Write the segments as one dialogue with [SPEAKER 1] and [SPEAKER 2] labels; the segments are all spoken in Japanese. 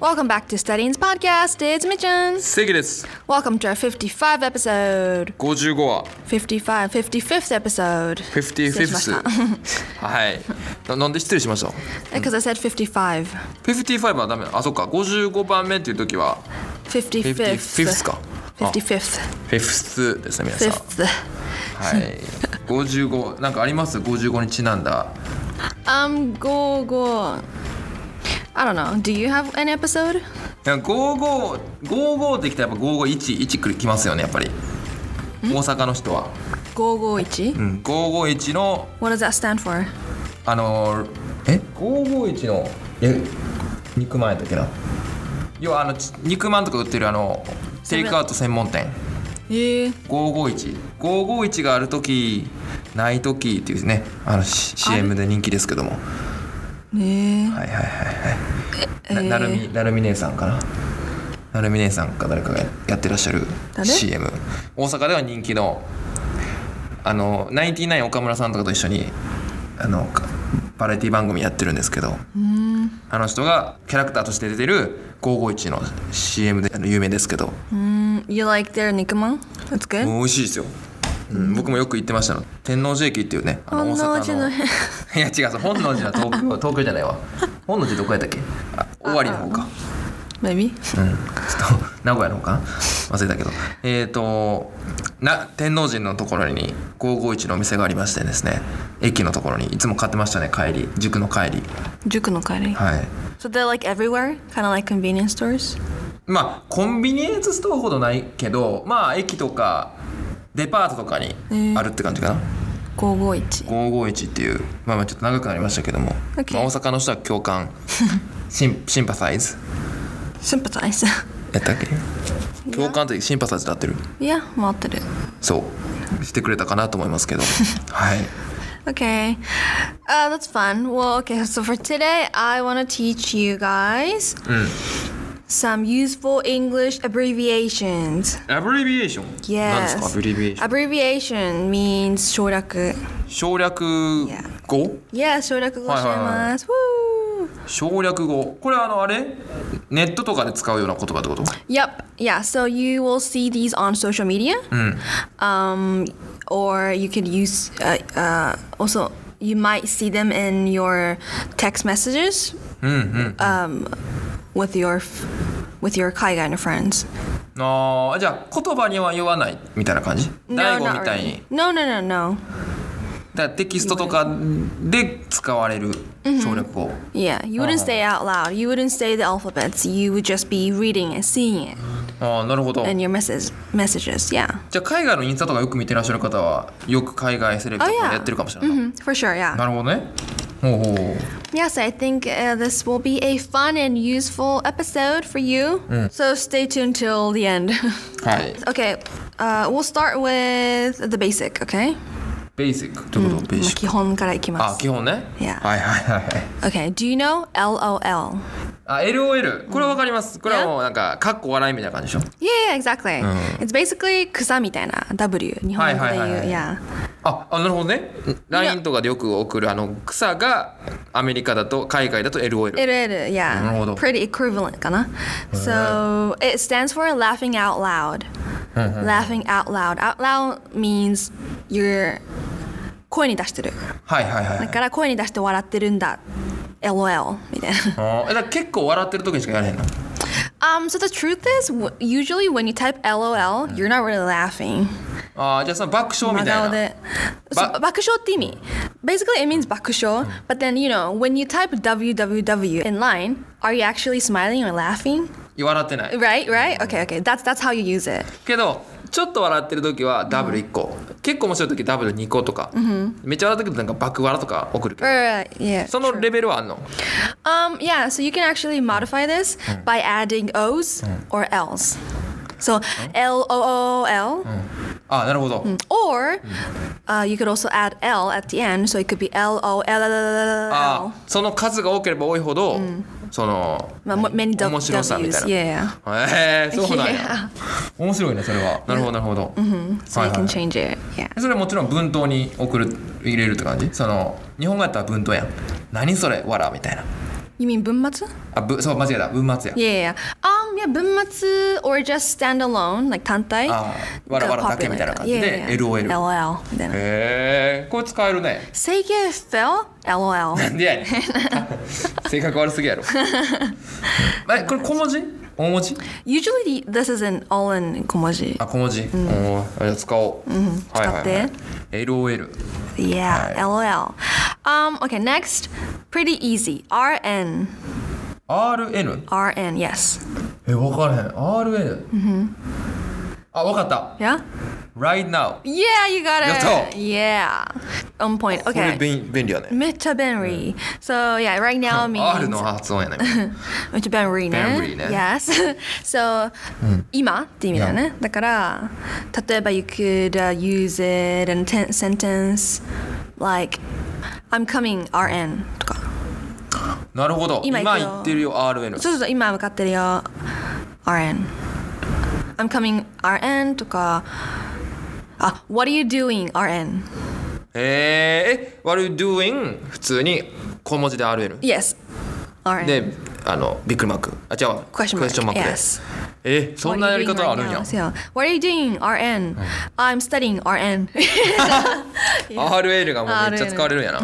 [SPEAKER 1] Welcome back to Studying's podcast. It's Mitchens.
[SPEAKER 2] 正義です
[SPEAKER 1] Welcome to our 55 episode.
[SPEAKER 2] 55話
[SPEAKER 1] 55, 55th episode.
[SPEAKER 2] 55th はいななんで失礼しました
[SPEAKER 1] Because I said 55.
[SPEAKER 2] 55はダメだあそっか55番目っていう時は
[SPEAKER 1] 55th.
[SPEAKER 2] 55th か
[SPEAKER 1] 55th.
[SPEAKER 2] フィフスですね皆さん
[SPEAKER 1] Fifth.
[SPEAKER 2] はい55なんかあります55にちなんだ
[SPEAKER 1] Um, go, go. I don't know. Do you have an episode?
[SPEAKER 2] なんか5555ってきたらやっぱ5511くるきますよねやっぱり大阪の人は、
[SPEAKER 1] Go, go, ichi.
[SPEAKER 2] うん、551の
[SPEAKER 1] What does that stand for?
[SPEAKER 2] あのー、え551のえ肉まんやったっけな要はあのち肉まんとか売ってるあのテイクアウト専門店
[SPEAKER 1] Yeah.
[SPEAKER 2] 551551がある時ない時っていうねあのし CM で人気ですけども
[SPEAKER 1] ね
[SPEAKER 2] はいはいはい
[SPEAKER 1] え
[SPEAKER 2] はいななるみなるみ姉さんかななるみ姉さんか誰かがややってらっしゃる
[SPEAKER 1] 誰
[SPEAKER 2] CM 大阪では人気のあのナインティナイン岡村さんとかと一緒にあのかバラエティ番組やってるんですけどあの人がキャラクターとして出てる551の CM であの有名ですけど
[SPEAKER 1] Mm, You like their nikuman? That's good.
[SPEAKER 2] もう美味しいですよ、うん、僕もよく行ってましたの天王寺駅っていうねあの
[SPEAKER 1] 本能
[SPEAKER 2] 大
[SPEAKER 1] 寺
[SPEAKER 2] 阪
[SPEAKER 1] の
[SPEAKER 2] の いや違うそう本能寺は東京 東京じゃないわ本能寺どこやったっけあ尾張の方か
[SPEAKER 1] Maybe.
[SPEAKER 2] うんちょっと名古屋の方か忘れたけどえっ、とな天王寺のところに551のお店がありましてですね駅のところにいつも買ってましたね帰り塾の帰り
[SPEAKER 1] 塾の帰り。
[SPEAKER 2] はい
[SPEAKER 1] So they're like everywhere, kind of like convenience stores.
[SPEAKER 2] まあコンビニエンスストアほどないけどまあ駅とかデパートとかにあるって感じかな、
[SPEAKER 1] 551.
[SPEAKER 2] 551っていうまあまあちょっと長くなりましたけども、
[SPEAKER 1] Okay
[SPEAKER 2] まあ、大阪の人は 共感シンシンパサイズ
[SPEAKER 1] Sympathize.
[SPEAKER 2] やったっけ共感ってシンパサイズだってる
[SPEAKER 1] yeah, 回ってる。
[SPEAKER 2] そうしてくれたかなと思いま すけどはい
[SPEAKER 1] Okay. Uh, that's fun. Well, okay, so for today, I want to teach you guys some useful English abbreviations.
[SPEAKER 2] アブリビエーション
[SPEAKER 1] Yes.
[SPEAKER 2] 何ですかアブリビエーション
[SPEAKER 1] Abbreviation means 省略。
[SPEAKER 2] 省略語
[SPEAKER 1] Yeah, 省略語してます。Woo!
[SPEAKER 2] 省略語これあのあれネットとかで使うような言葉ってこと
[SPEAKER 1] Yep. Yeah. So you will see these on social media. Um, or you could use uh, uh, also you might see them in your text messages. Um, with your f- with your 海外の friends.
[SPEAKER 2] あーじゃあ言葉には言わないみたいな感じ大悟
[SPEAKER 1] not
[SPEAKER 2] みたい
[SPEAKER 1] really.
[SPEAKER 2] に
[SPEAKER 1] No, no, no, no.
[SPEAKER 2] だからテキストとかで使われる省略語、
[SPEAKER 1] Yeah, you wouldn't say out loud. You wouldn't say the alphabets. You would just be reading and seeing it
[SPEAKER 2] ああなるほど
[SPEAKER 1] in your message messages. Yeah.
[SPEAKER 2] じゃあ海外のインスタとかよく見てらっしゃる方はよく海外セレブ
[SPEAKER 1] あ
[SPEAKER 2] と
[SPEAKER 1] い
[SPEAKER 2] か
[SPEAKER 1] や
[SPEAKER 2] やってるかもしれない、
[SPEAKER 1] Mhm, For sure. Yeah.
[SPEAKER 2] なるほどねほうほうほう
[SPEAKER 1] Yes, I think uh, this will be a fun and useful episode for you. So stay tuned till the end.
[SPEAKER 2] はい、
[SPEAKER 1] okay, uh, we'll start with the basic, okay?
[SPEAKER 2] ベーシックということ、ベーシックあ基本ね、
[SPEAKER 1] Yeah
[SPEAKER 2] はいはいはいはい
[SPEAKER 1] Okay, do you know LOL?
[SPEAKER 2] あ LOL これわかります、これはもうなんかかっこ笑いみたいな感じでしょ
[SPEAKER 1] Yeah, exactly. It's basically 草みたいな W 日本語で言う。
[SPEAKER 2] はいはいはいはい。
[SPEAKER 1] Yeah.
[SPEAKER 2] ああなるほどね LINE とかでよく送るあの草がアメリカだと海外だと LOL
[SPEAKER 1] いるいる yeah.
[SPEAKER 2] なるほど。
[SPEAKER 1] Pretty equivalent かな。So it stands for laughing out loud. laughing out loud. Out loud means you're 声に出してる。
[SPEAKER 2] はいはいはい、は
[SPEAKER 1] だ
[SPEAKER 2] い、
[SPEAKER 1] から声に出して笑ってるんだ。LOL みたいな。
[SPEAKER 2] あーえだから結構笑ってる時にしかやれへんの
[SPEAKER 1] Um, so the truth is, w- usually when you type LOL, you're not really laughing.
[SPEAKER 2] あーじゃあその爆笑み
[SPEAKER 1] 真
[SPEAKER 2] た
[SPEAKER 1] 顔
[SPEAKER 2] いな
[SPEAKER 1] で。そう爆笑って意味。Basically, it means 爆笑。But then, you know, when you type www in line, are you actually smiling or laughing?
[SPEAKER 2] 笑ってない
[SPEAKER 1] Right, right. Okay, okay. That's that's how you use it.
[SPEAKER 2] けどちょっと笑ってる時はダブル1個、結構面白い時ダブル2個とか、めっちゃ笑ってる時なんか爆笑とか送るけど
[SPEAKER 1] Right, right, yeah.
[SPEAKER 2] そのレベルはあんの
[SPEAKER 1] Um, yeah. So you can actually modify this by adding O's or L's. So L O O L,
[SPEAKER 2] あなるほど、
[SPEAKER 1] or uh, you could also add L at the end. So it could be L O L L L
[SPEAKER 2] あ
[SPEAKER 1] L.
[SPEAKER 2] その数が多ければ多いほど、その
[SPEAKER 1] Ma- ma- Many dou-
[SPEAKER 2] 面白さみた
[SPEAKER 1] W's.
[SPEAKER 2] い
[SPEAKER 1] Yeah, yeah.
[SPEAKER 2] なへえそうなん
[SPEAKER 1] Yeah.
[SPEAKER 2] や面白いねそれはなるほどなるほど、
[SPEAKER 1] So
[SPEAKER 2] はい
[SPEAKER 1] you
[SPEAKER 2] は
[SPEAKER 1] can
[SPEAKER 2] い
[SPEAKER 1] change it. Yeah.
[SPEAKER 2] それはもちろん文頭に送る入れるって感じその日本語やったら文頭やん何それわらみたいな
[SPEAKER 1] You mean 文末
[SPEAKER 2] あぶそう間違えた文末や
[SPEAKER 1] Yeah, yeah, yeah. Um, yeah, 文末 or just standalone, like 単体
[SPEAKER 2] あーわらわらだけみたいな感じで LOL
[SPEAKER 1] LOL みたいな。
[SPEAKER 2] へえこれ使えるね
[SPEAKER 1] Say yes, fell? LOL.
[SPEAKER 2] なん でやねん性格悪すぎやろえこれ小文字大文字
[SPEAKER 1] Usually this is an all in 小文字。
[SPEAKER 2] あ小文字、おーじゃあ使おう、はいはいはい
[SPEAKER 1] 使
[SPEAKER 2] LOL
[SPEAKER 1] Yeah, LOL. Um, okay, next. Pretty easy. RN.
[SPEAKER 2] RN
[SPEAKER 1] RN, yes.
[SPEAKER 2] え分からへん RN、あ分かった
[SPEAKER 1] Yeah?
[SPEAKER 2] Right now
[SPEAKER 1] Yeah, you got it.
[SPEAKER 2] Yoto.
[SPEAKER 1] Yeah. On point.
[SPEAKER 2] これ
[SPEAKER 1] Okay.
[SPEAKER 2] 便便利やね
[SPEAKER 1] Mitchabenri. So yeah, right now
[SPEAKER 2] R
[SPEAKER 1] means
[SPEAKER 2] の発音やね
[SPEAKER 1] Mitchabenri ね。
[SPEAKER 2] Benriね。
[SPEAKER 1] Yes. So 今って意味だよね。だから例えば you could uh, use it in a ten- sentence like I'm coming RN とか。
[SPEAKER 2] なるほど
[SPEAKER 1] 今
[SPEAKER 2] 今
[SPEAKER 1] 行くよ
[SPEAKER 2] 言ってるよ RN
[SPEAKER 1] そうそうそう今向かってるよ RN I'm coming RN とかあ Ah, What are you doing RN
[SPEAKER 2] えー、え What are you doing? 普通に小文字で RN
[SPEAKER 1] Yes RN
[SPEAKER 2] であのビックリマークあ違うわ
[SPEAKER 1] クエスチョン
[SPEAKER 2] ク
[SPEAKER 1] マーク
[SPEAKER 2] エスチョンマークで
[SPEAKER 1] Yes
[SPEAKER 2] えそんなやり方あるんや
[SPEAKER 1] What are you doing RN I'm studying RN
[SPEAKER 2] RL がもうめっちゃ使われるんやな、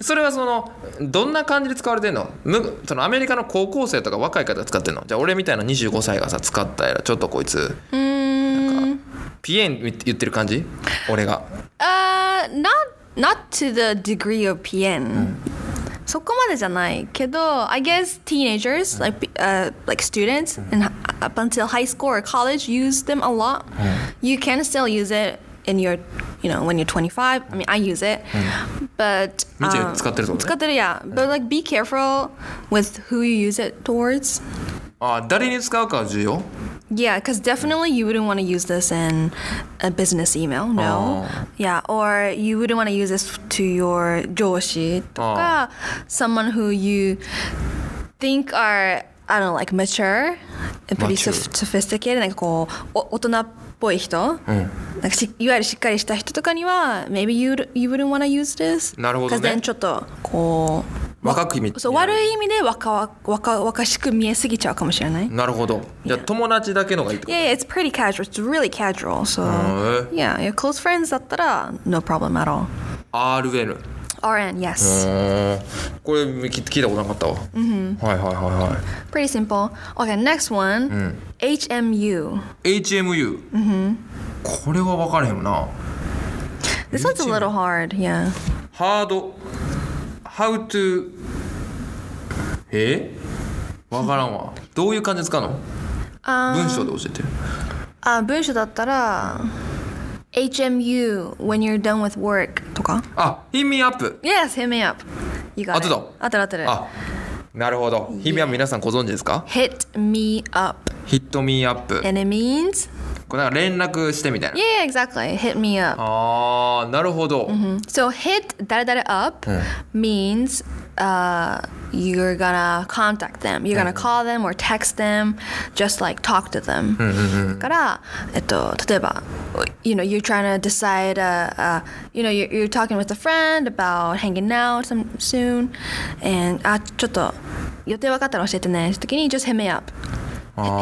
[SPEAKER 2] それはそのどんな感じで使われてんのむそのアメリカの高校生とか若い方が使ってんのじゃあ俺みたいな25歳がさ使ったやらちょっとこいつ
[SPEAKER 1] うーん
[SPEAKER 2] ピエン言ってる感じ俺が
[SPEAKER 1] Uh, not not to the degree of PN. そこまでじゃないけど I guess teenagers like uh, like students and up until high school or college use them a lot. You can still use it in your you know when you're 25. I mean I use it, but
[SPEAKER 2] みっちゃ
[SPEAKER 1] um,
[SPEAKER 2] ん使ってるってことね
[SPEAKER 1] 使ってる yeah. But like be careful with who you use it towards.
[SPEAKER 2] あ誰に使うかは重要
[SPEAKER 1] Yeah, because definitely you wouldn't want to use this in a business email,
[SPEAKER 2] Oh.
[SPEAKER 1] no. Yeah, or you wouldn't want to use this to your 上司
[SPEAKER 2] Oh.
[SPEAKER 1] someone who you think are, I don't know, like mature and pretty
[SPEAKER 2] Mature.
[SPEAKER 1] soph- sophisticated, oh, なんかこう、お大人っぽい人、
[SPEAKER 2] Mm.
[SPEAKER 1] なんかしいわゆるしっかりした人とかには maybe you, would- you wouldn't want to use this.
[SPEAKER 2] なるほどね。
[SPEAKER 1] 'Cause then ちょっとこう、
[SPEAKER 2] 若く見
[SPEAKER 1] そう悪い意味で若々若々しく見えすぎちゃうかもしれない。
[SPEAKER 2] なるほどじゃあ友達だけのがいいってこ
[SPEAKER 1] Yeah, yeah, it's pretty casual. It's really casual. So,
[SPEAKER 2] Oh,
[SPEAKER 1] yeah, your close friends, だったら no problem at all.
[SPEAKER 2] と RN
[SPEAKER 1] RN,
[SPEAKER 2] う
[SPEAKER 1] yes.
[SPEAKER 2] ーんこれ聞聞いたことなかったわ、はいはいはいはい
[SPEAKER 1] Pretty simple. Okay, next one. HMU.
[SPEAKER 2] HMU、これは分からへんよな
[SPEAKER 1] This one's a little hard, yeah.
[SPEAKER 2] ハード How to え分からんわどういう感じで使うの文章で教えて
[SPEAKER 1] Uh, 文章だったら HMU when you're done with work とか。
[SPEAKER 2] あ「ヒミアップ
[SPEAKER 1] Yes, hit me up. You got it.
[SPEAKER 2] 合って
[SPEAKER 1] 合
[SPEAKER 2] た？
[SPEAKER 1] ってる合ってる。」
[SPEAKER 2] あなるほど「ヒミアップ」皆さんご存知ですか
[SPEAKER 1] Hit me up.
[SPEAKER 2] 「ヒットミーアップ
[SPEAKER 1] And it means?」
[SPEAKER 2] これなんか連絡してみたいな
[SPEAKER 1] Yeah, exactly. Hit me up.
[SPEAKER 2] あーなるほど、
[SPEAKER 1] So hit that up means uh, you're gonna contact them. You're gonna call them or text them, just like talk to them. だから、えっと、例えば、you know, you're trying to decide, uh, uh, you know, you're, you're talking with a friend about hanging out some, soon, and ah, あ、ちょっと予定分かったら教えてね。時に just hit me up.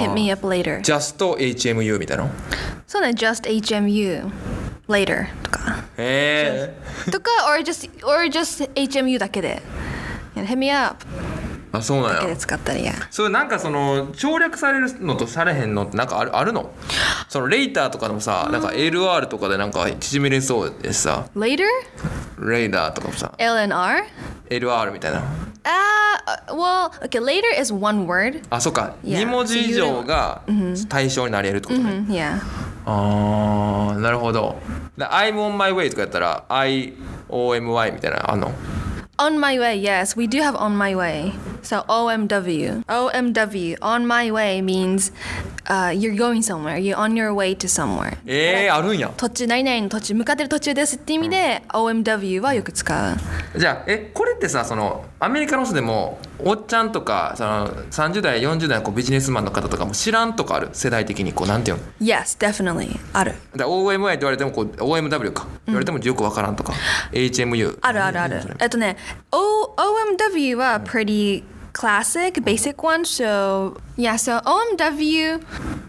[SPEAKER 1] Hit me up later.
[SPEAKER 2] Just HMU みたいな
[SPEAKER 1] So then just HMU later とか。
[SPEAKER 2] へえ
[SPEAKER 1] とか or just or just HMU だけで Yeah, Hit me up
[SPEAKER 2] あそうなん
[SPEAKER 1] だけ
[SPEAKER 2] や
[SPEAKER 1] で使ったりや
[SPEAKER 2] それなんかその省略されるのとされへんのってなんかあるあるのそのレイターとかでもさなんか LR とかでなんか縮めれそうでさ
[SPEAKER 1] Later?
[SPEAKER 2] レイダーとかもさ
[SPEAKER 1] L and R?
[SPEAKER 2] LR みたいな
[SPEAKER 1] Ah, uh, well, okay, later is one word.
[SPEAKER 2] あそっか
[SPEAKER 1] Yeah
[SPEAKER 2] 2文字以上が対象になり得るってことね、
[SPEAKER 1] Mm, yeah.
[SPEAKER 2] ああなるほどだ I'm on my way とかやったら IOMY みたいなあんの
[SPEAKER 1] On my way, yes, we do have on my way. So OMW. OMW, on my way means uh, you're going somewhere, you're on your way to somewhere.
[SPEAKER 2] えー、あるんや
[SPEAKER 1] 途中、何々の途中、向かってる途中ですって意味で、OMW はよく使う。
[SPEAKER 2] じゃあえこれってさそのアメリカの人でもおっちゃんとかその30代40代のこうビジネスマンの方とかも知らんとかある世代的にこうなんていうの
[SPEAKER 1] Yes, definitely. ある。
[SPEAKER 2] だから OMI って言われてもこう OMW か言われてもよくわからんとか、HMU
[SPEAKER 1] あるあるある
[SPEAKER 2] それ。
[SPEAKER 1] えっとね、o、OMW は pretty classic, basic one. So yeah, so OMW,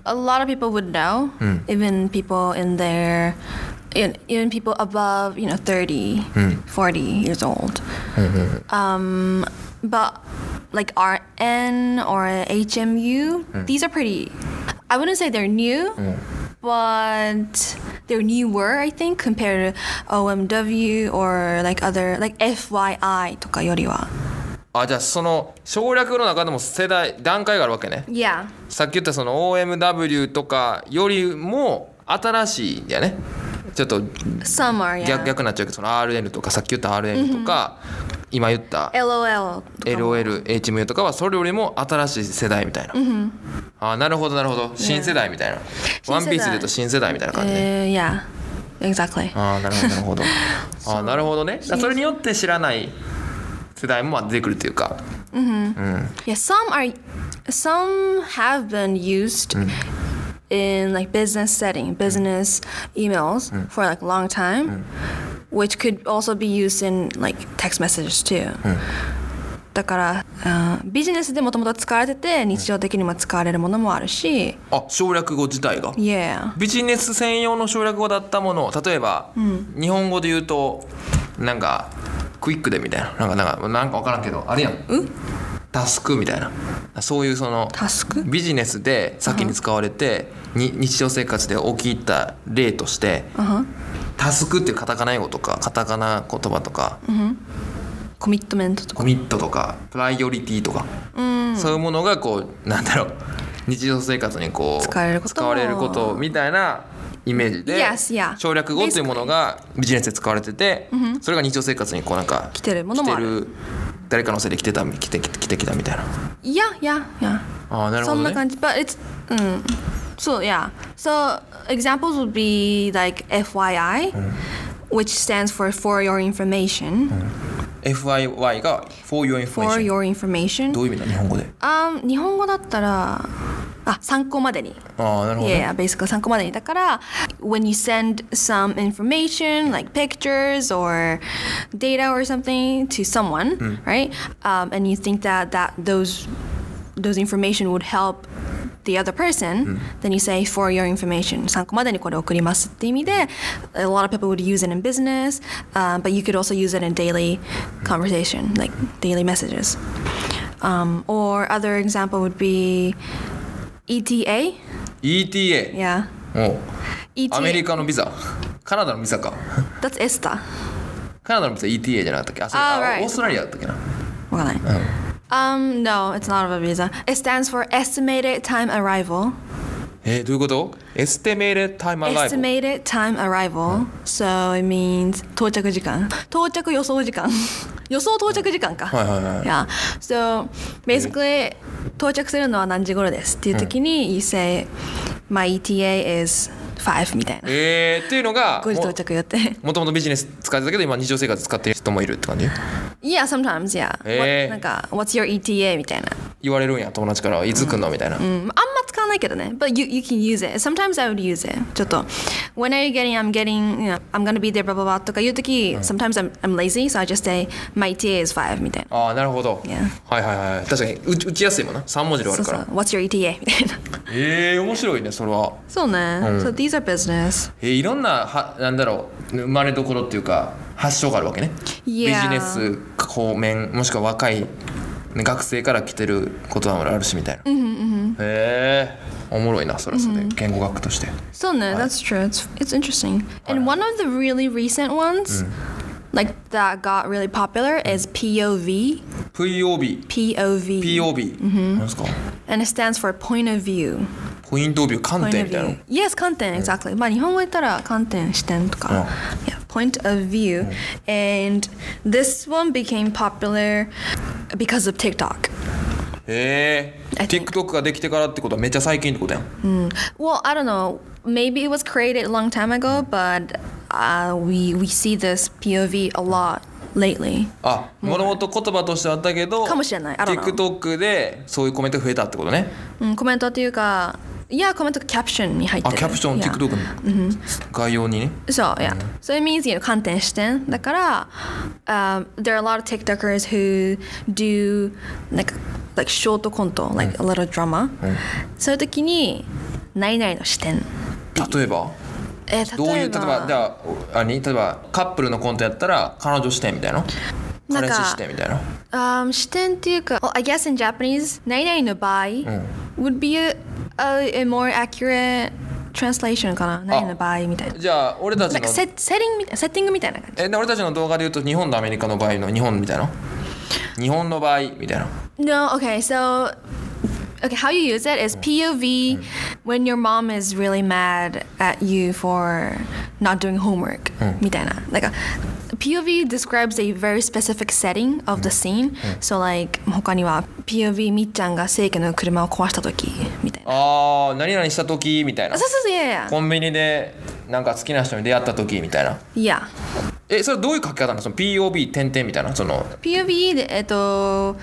[SPEAKER 1] a lot of people would know, even people in their, in, even people above you know 30, 40 years old. Um, but like RN or HMU, these are pretty. I wouldn't say they're new, but they're newer, I think, compared to OMW or like other like FYI とかよりは。
[SPEAKER 2] あじゃあその省略の中でも世代段階があるわけね
[SPEAKER 1] Yeah.
[SPEAKER 2] さっき言ったその OMW とかよりも新しいんだよねちょっと
[SPEAKER 1] Some are, yeah.
[SPEAKER 2] 逆逆になっちゃうけどその RN とかさっき言った RN とか、今言った
[SPEAKER 1] LOL とかも。
[SPEAKER 2] LOLHMU とかはそれよりも新しい世代みたいな、あーなるほどなるほど新世代みたいな、ワンピースで言うと新世代みたいな感じね、
[SPEAKER 1] えー Uh, yeah. Exactly.
[SPEAKER 2] ああなるほどなるほ どああなるほどねだからそれによって知らない世代もまあ出てくるというか
[SPEAKER 1] Yeah, some are some have been used in like business setting, business emails for like long time, which could also be used in like text messages too. だから、あービジネスでもともと使われてて日常的にも使われるものもあるし、
[SPEAKER 2] あ省略語自体が
[SPEAKER 1] yeah,
[SPEAKER 2] ビジネス専用の省略語だったものを例えば、日本語で言うとなんかクイックでみたいななんかなんかなんか分からんけどあれやんタスクみたいなそういうその
[SPEAKER 1] タスク
[SPEAKER 2] ビジネスで先に使われて、に日常生活で起きた例として、
[SPEAKER 1] Uh-huh.
[SPEAKER 2] タスクっていうカタカナ英語とかカタカナ言葉とか、
[SPEAKER 1] コミットメントとか。
[SPEAKER 2] コミットとかプライオリティとか、そういうものがこうなんだろう日常生活にこう
[SPEAKER 1] 使われることも
[SPEAKER 2] 使われることみたいなイメージで
[SPEAKER 1] Yes, yeah.
[SPEAKER 2] 省略語っていうものがビジネスで使われてて、それが日常生活にこうなんか
[SPEAKER 1] 来てるものもある
[SPEAKER 2] 来てる誰かのせいで来てた来て来てきたみたいな。
[SPEAKER 1] Yeah, yeah, yeah.
[SPEAKER 2] ああなる
[SPEAKER 1] そ
[SPEAKER 2] ほどね。
[SPEAKER 1] んな感じ。But it's um, so yeah. So examples would be like FYI, which stands for for your information.
[SPEAKER 2] FIY が For Your
[SPEAKER 1] For
[SPEAKER 2] Information
[SPEAKER 1] your information.
[SPEAKER 2] どういう意味だ日本語で
[SPEAKER 1] Um, 日本語だったらあ参考までに。
[SPEAKER 2] ああなるほど、ね
[SPEAKER 1] Yeah, yeah, basically 参考までにだから when you send some information like pictures or data or something to someone, right? Um, and you think that that those those information would help the other person, then you say for your information 参考までにこれ送りますって意味で a lot of people would use it in business, uh, but you could also use it in daily conversation, like daily messages. Um, or other example would be ETA,
[SPEAKER 2] ETA
[SPEAKER 1] yeah.
[SPEAKER 2] おう
[SPEAKER 1] ETA
[SPEAKER 2] アメリカのビザカナダのビザか
[SPEAKER 1] That's ESTA.
[SPEAKER 2] カナダのビザ ETA じゃなかったっけあそれ
[SPEAKER 1] あ
[SPEAKER 2] あ
[SPEAKER 1] right
[SPEAKER 2] オーストラリアだったっけな
[SPEAKER 1] Okay. Um, no, it's not a visa. It stands for Estimated Time Arrival.
[SPEAKER 2] えーどういうことエステメーレタイムアライブ
[SPEAKER 1] Estimated Time Arrival. So it means 到着時間。到着予想時間。 予想到着時間か。
[SPEAKER 2] はいはいはい
[SPEAKER 1] Yeah. So basically 到着するのは何時頃ですっていう時に、you say my ETA is 5みたいな。
[SPEAKER 2] えー、っていうのが
[SPEAKER 1] 5時
[SPEAKER 2] も
[SPEAKER 1] 到着予定。
[SPEAKER 2] もともとビジネス使ってたけど今日常生活使ってる人もいるって感じ
[SPEAKER 1] yeah, sometimes, yeah.
[SPEAKER 2] へ
[SPEAKER 1] What-
[SPEAKER 2] ー
[SPEAKER 1] なんか What's your ETA みたいな。
[SPEAKER 2] 言われるんや友達からいつ来んのみたいな、
[SPEAKER 1] Mm, eh? うん、あんま使わないけどね。But you, you can use it. Sometimes I would use it. ちょっと、When are you getting, I'm getting, you know, I'm gonna be there, blah, blah, blah とか言うとき、sometimes I'm, I'm lazy, so I just say, my ETA is 5みたいな。
[SPEAKER 2] ああなるほど、
[SPEAKER 1] Yeah.
[SPEAKER 2] はいはいはい確かに打ち打ちやすいもんな3文字で終わるから
[SPEAKER 1] そうそう。What's your E ETA? みたいな。
[SPEAKER 2] ええー、面白いねそれは
[SPEAKER 1] そうね。So these are business.
[SPEAKER 2] えーいろんなはなんだろう生まれどころっていうか発祥があるわけね、
[SPEAKER 1] い
[SPEAKER 2] ビ
[SPEAKER 1] や
[SPEAKER 2] ジ
[SPEAKER 1] ー
[SPEAKER 2] ネス方面もしくは若い学生から来てることはあるしみたいな、へえおもろいなそれはそれで、言語学として
[SPEAKER 1] そうね。That's true. It's, it's interesting. And one of the really recent ones, like that got really popular, is POV.
[SPEAKER 2] POBPOB
[SPEAKER 1] POV.
[SPEAKER 2] 何ですか
[SPEAKER 1] And it stands for point of view.
[SPEAKER 2] ポイントオブビュー観
[SPEAKER 1] Point
[SPEAKER 2] 点
[SPEAKER 1] of
[SPEAKER 2] みたいな
[SPEAKER 1] view. Yes, 観点 exactly. まあ日本語言ったら観点視点とか。Yeah, point of view. And this one became popular because of TikTok.
[SPEAKER 2] へえ
[SPEAKER 1] I think-
[SPEAKER 2] TikTok ができてからってことはめっちゃ最近ってことやん
[SPEAKER 1] Well, I don't know. Maybe it was created a long time ago, but uh, we we see this POV a lot lately.
[SPEAKER 2] あもともと言葉としてはあったけど
[SPEAKER 1] かもしれない I don't know
[SPEAKER 2] TikTok でそういうコメントが増えたってことね
[SPEAKER 1] うん、コメントっていうか、 Yeah, Mm, comment to caption に入って
[SPEAKER 2] あ
[SPEAKER 1] る。
[SPEAKER 2] キャプション
[SPEAKER 1] Yeah.
[SPEAKER 2] TikTok の概要にね
[SPEAKER 1] そう、yeah. So it means, you know, 観点視点。だから、um, there are a lot of TikTokers who do, like, like ショートコント、like a little drama、そういう時に、何々の視点。
[SPEAKER 2] 例えば
[SPEAKER 1] えー
[SPEAKER 2] どういう例えばじゃああに例えばカップルのコントやったら彼女視点みたいな
[SPEAKER 1] なん
[SPEAKER 2] 彼
[SPEAKER 1] か
[SPEAKER 2] 氏視点みたいな
[SPEAKER 1] Um, 視点っていうか、well, I guess in Japanese, 何々の場合 would be a, a, a more accurate translation かな。何々の場合みたいな。
[SPEAKER 2] じゃあ俺たち
[SPEAKER 1] なんか
[SPEAKER 2] の
[SPEAKER 1] セセッティングみたいなセッティングみたいな感じ。
[SPEAKER 2] え俺たちの動画で言うと日本とアメリカの場合の日本みたいな日本の場合みたいな
[SPEAKER 1] No, okay, so okay, how you use it is POV when your mom is really mad at you for not doing homework. uh, みたいな。なんか POV describes a very specific setting of the scene. So like 他には POV みっちゃんが正家の車を壊した時みたいな。
[SPEAKER 2] あー何々した時みたいな
[SPEAKER 1] そうそうそう、いやいや。
[SPEAKER 2] コンビニでなんか好きな人に出会った時みたいない
[SPEAKER 1] や。
[SPEAKER 2] えそれどういう書き方なのその POB 点々みたいなその
[SPEAKER 1] POV で、えっと、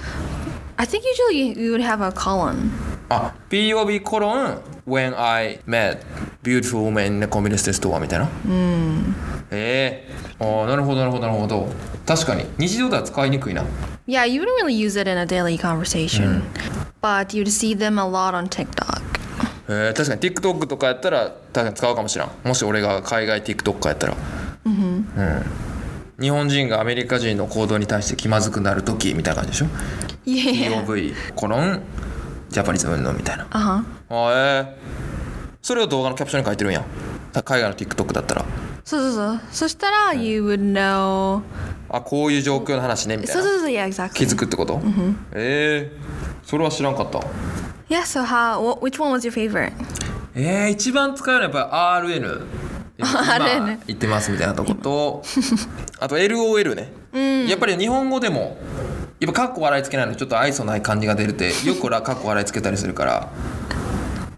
[SPEAKER 1] I think usually you would have a column.
[SPEAKER 2] あ POB コロン When I met beautiful woman in the convenience store みたいなうんえー、あーなるほどなるほどなるほど確かに日常では使いにくいな
[SPEAKER 1] Yeah, you wouldn't really use it in a daily conversation, but you'd see them a lot on TikTok.
[SPEAKER 2] えー、確かに TikTok とかやったら確かに使うかもしらんもし俺が海外 TikTok やったらうん、日本人がアメリカ人の行動に対して気まずくなる時みたいな感じでしょ
[SPEAKER 1] Yeah.
[SPEAKER 2] POV コロンジャパニーズ運動みたいな
[SPEAKER 1] Uh huh.
[SPEAKER 2] あえーそれを動画のキャプションに書いてるんやだ海外の TikTok だったら
[SPEAKER 1] So, so, so. So, したら you would know.
[SPEAKER 2] あこういう状況の話ねみた
[SPEAKER 1] So,
[SPEAKER 2] いな
[SPEAKER 1] so, so, yeah,
[SPEAKER 2] 気
[SPEAKER 1] exactly.
[SPEAKER 2] づくってこと、えー、それは知らんかった
[SPEAKER 1] Yeah, so how, wh- which one was your favorite?
[SPEAKER 2] えー、一番使うのはやっぱり RN 今
[SPEAKER 1] RN
[SPEAKER 2] 言ってますみたいなとこと あと LOL ね、やっぱり日本語でもやっぱカッコ笑いつけないのちょっと愛想ない感じが出るてよく俺はカッコ笑いつけたりするから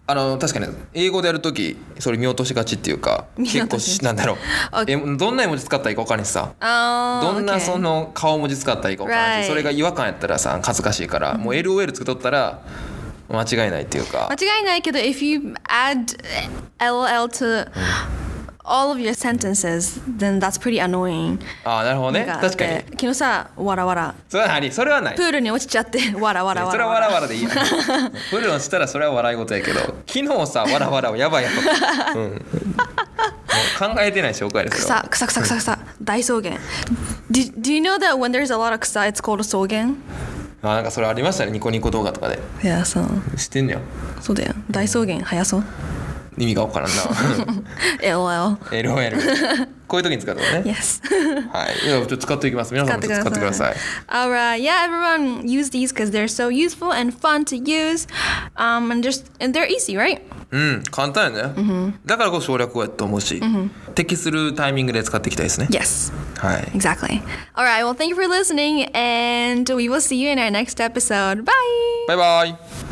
[SPEAKER 2] あの確かに英語でやるときそれ見落としがちっていうか
[SPEAKER 1] 見
[SPEAKER 2] 結
[SPEAKER 1] 落
[SPEAKER 2] 構
[SPEAKER 1] とし
[SPEAKER 2] しなんだろう
[SPEAKER 1] Okay
[SPEAKER 2] えどんな絵文字使ったらいいか分かんないしさ
[SPEAKER 1] Oh,
[SPEAKER 2] どんな
[SPEAKER 1] okay.
[SPEAKER 2] その顔文字使ったらいいか分からないし
[SPEAKER 1] Right
[SPEAKER 2] それが違和感やったらさ恥ずかしいからもう LOL つけとったら間違いないっていうか
[SPEAKER 1] 間違いないけど if you add LL to all of your sentences, then that's pretty annoying.
[SPEAKER 2] ああなるほどね
[SPEAKER 1] なん
[SPEAKER 2] 確かに
[SPEAKER 1] で昨日さ、わらわら。
[SPEAKER 2] それはないそれはない
[SPEAKER 1] プールに落ちちゃ って、わらわらわら。
[SPEAKER 2] それはわらわらでいいや プロしたらそれは笑い事やけど昨日さわらわらはや ばいやろ、うん、もう考えてない紹介ですよ
[SPEAKER 1] 草、草、草、草、草。大草原。Do, do you know that when there's a lot of 草, it's called a 草原
[SPEAKER 2] あなんかそれありましたねニコニコ動画とかで
[SPEAKER 1] いや、そう。
[SPEAKER 2] 知ってんのよ
[SPEAKER 1] そうだよ。大草原、早そう。
[SPEAKER 2] 意味がわからん な
[SPEAKER 1] Hmm. LL。
[SPEAKER 2] LOL こういう時に使うとね、
[SPEAKER 1] Yes.
[SPEAKER 2] はいいやちょっと使っていきます皆さんもちょっと使ってください
[SPEAKER 1] Alright, yeah, everyone use these because they're so useful and fun to use, um, and just and they're easy, right?
[SPEAKER 2] うん簡単やね、だからこそ省略語やと思うし、適するタイミングで使っていきたいですね、
[SPEAKER 1] Yes.
[SPEAKER 2] はい
[SPEAKER 1] Exactly. All right. Well, thank you for listening, and we will see you in our next episode. Bye.
[SPEAKER 2] バイバイ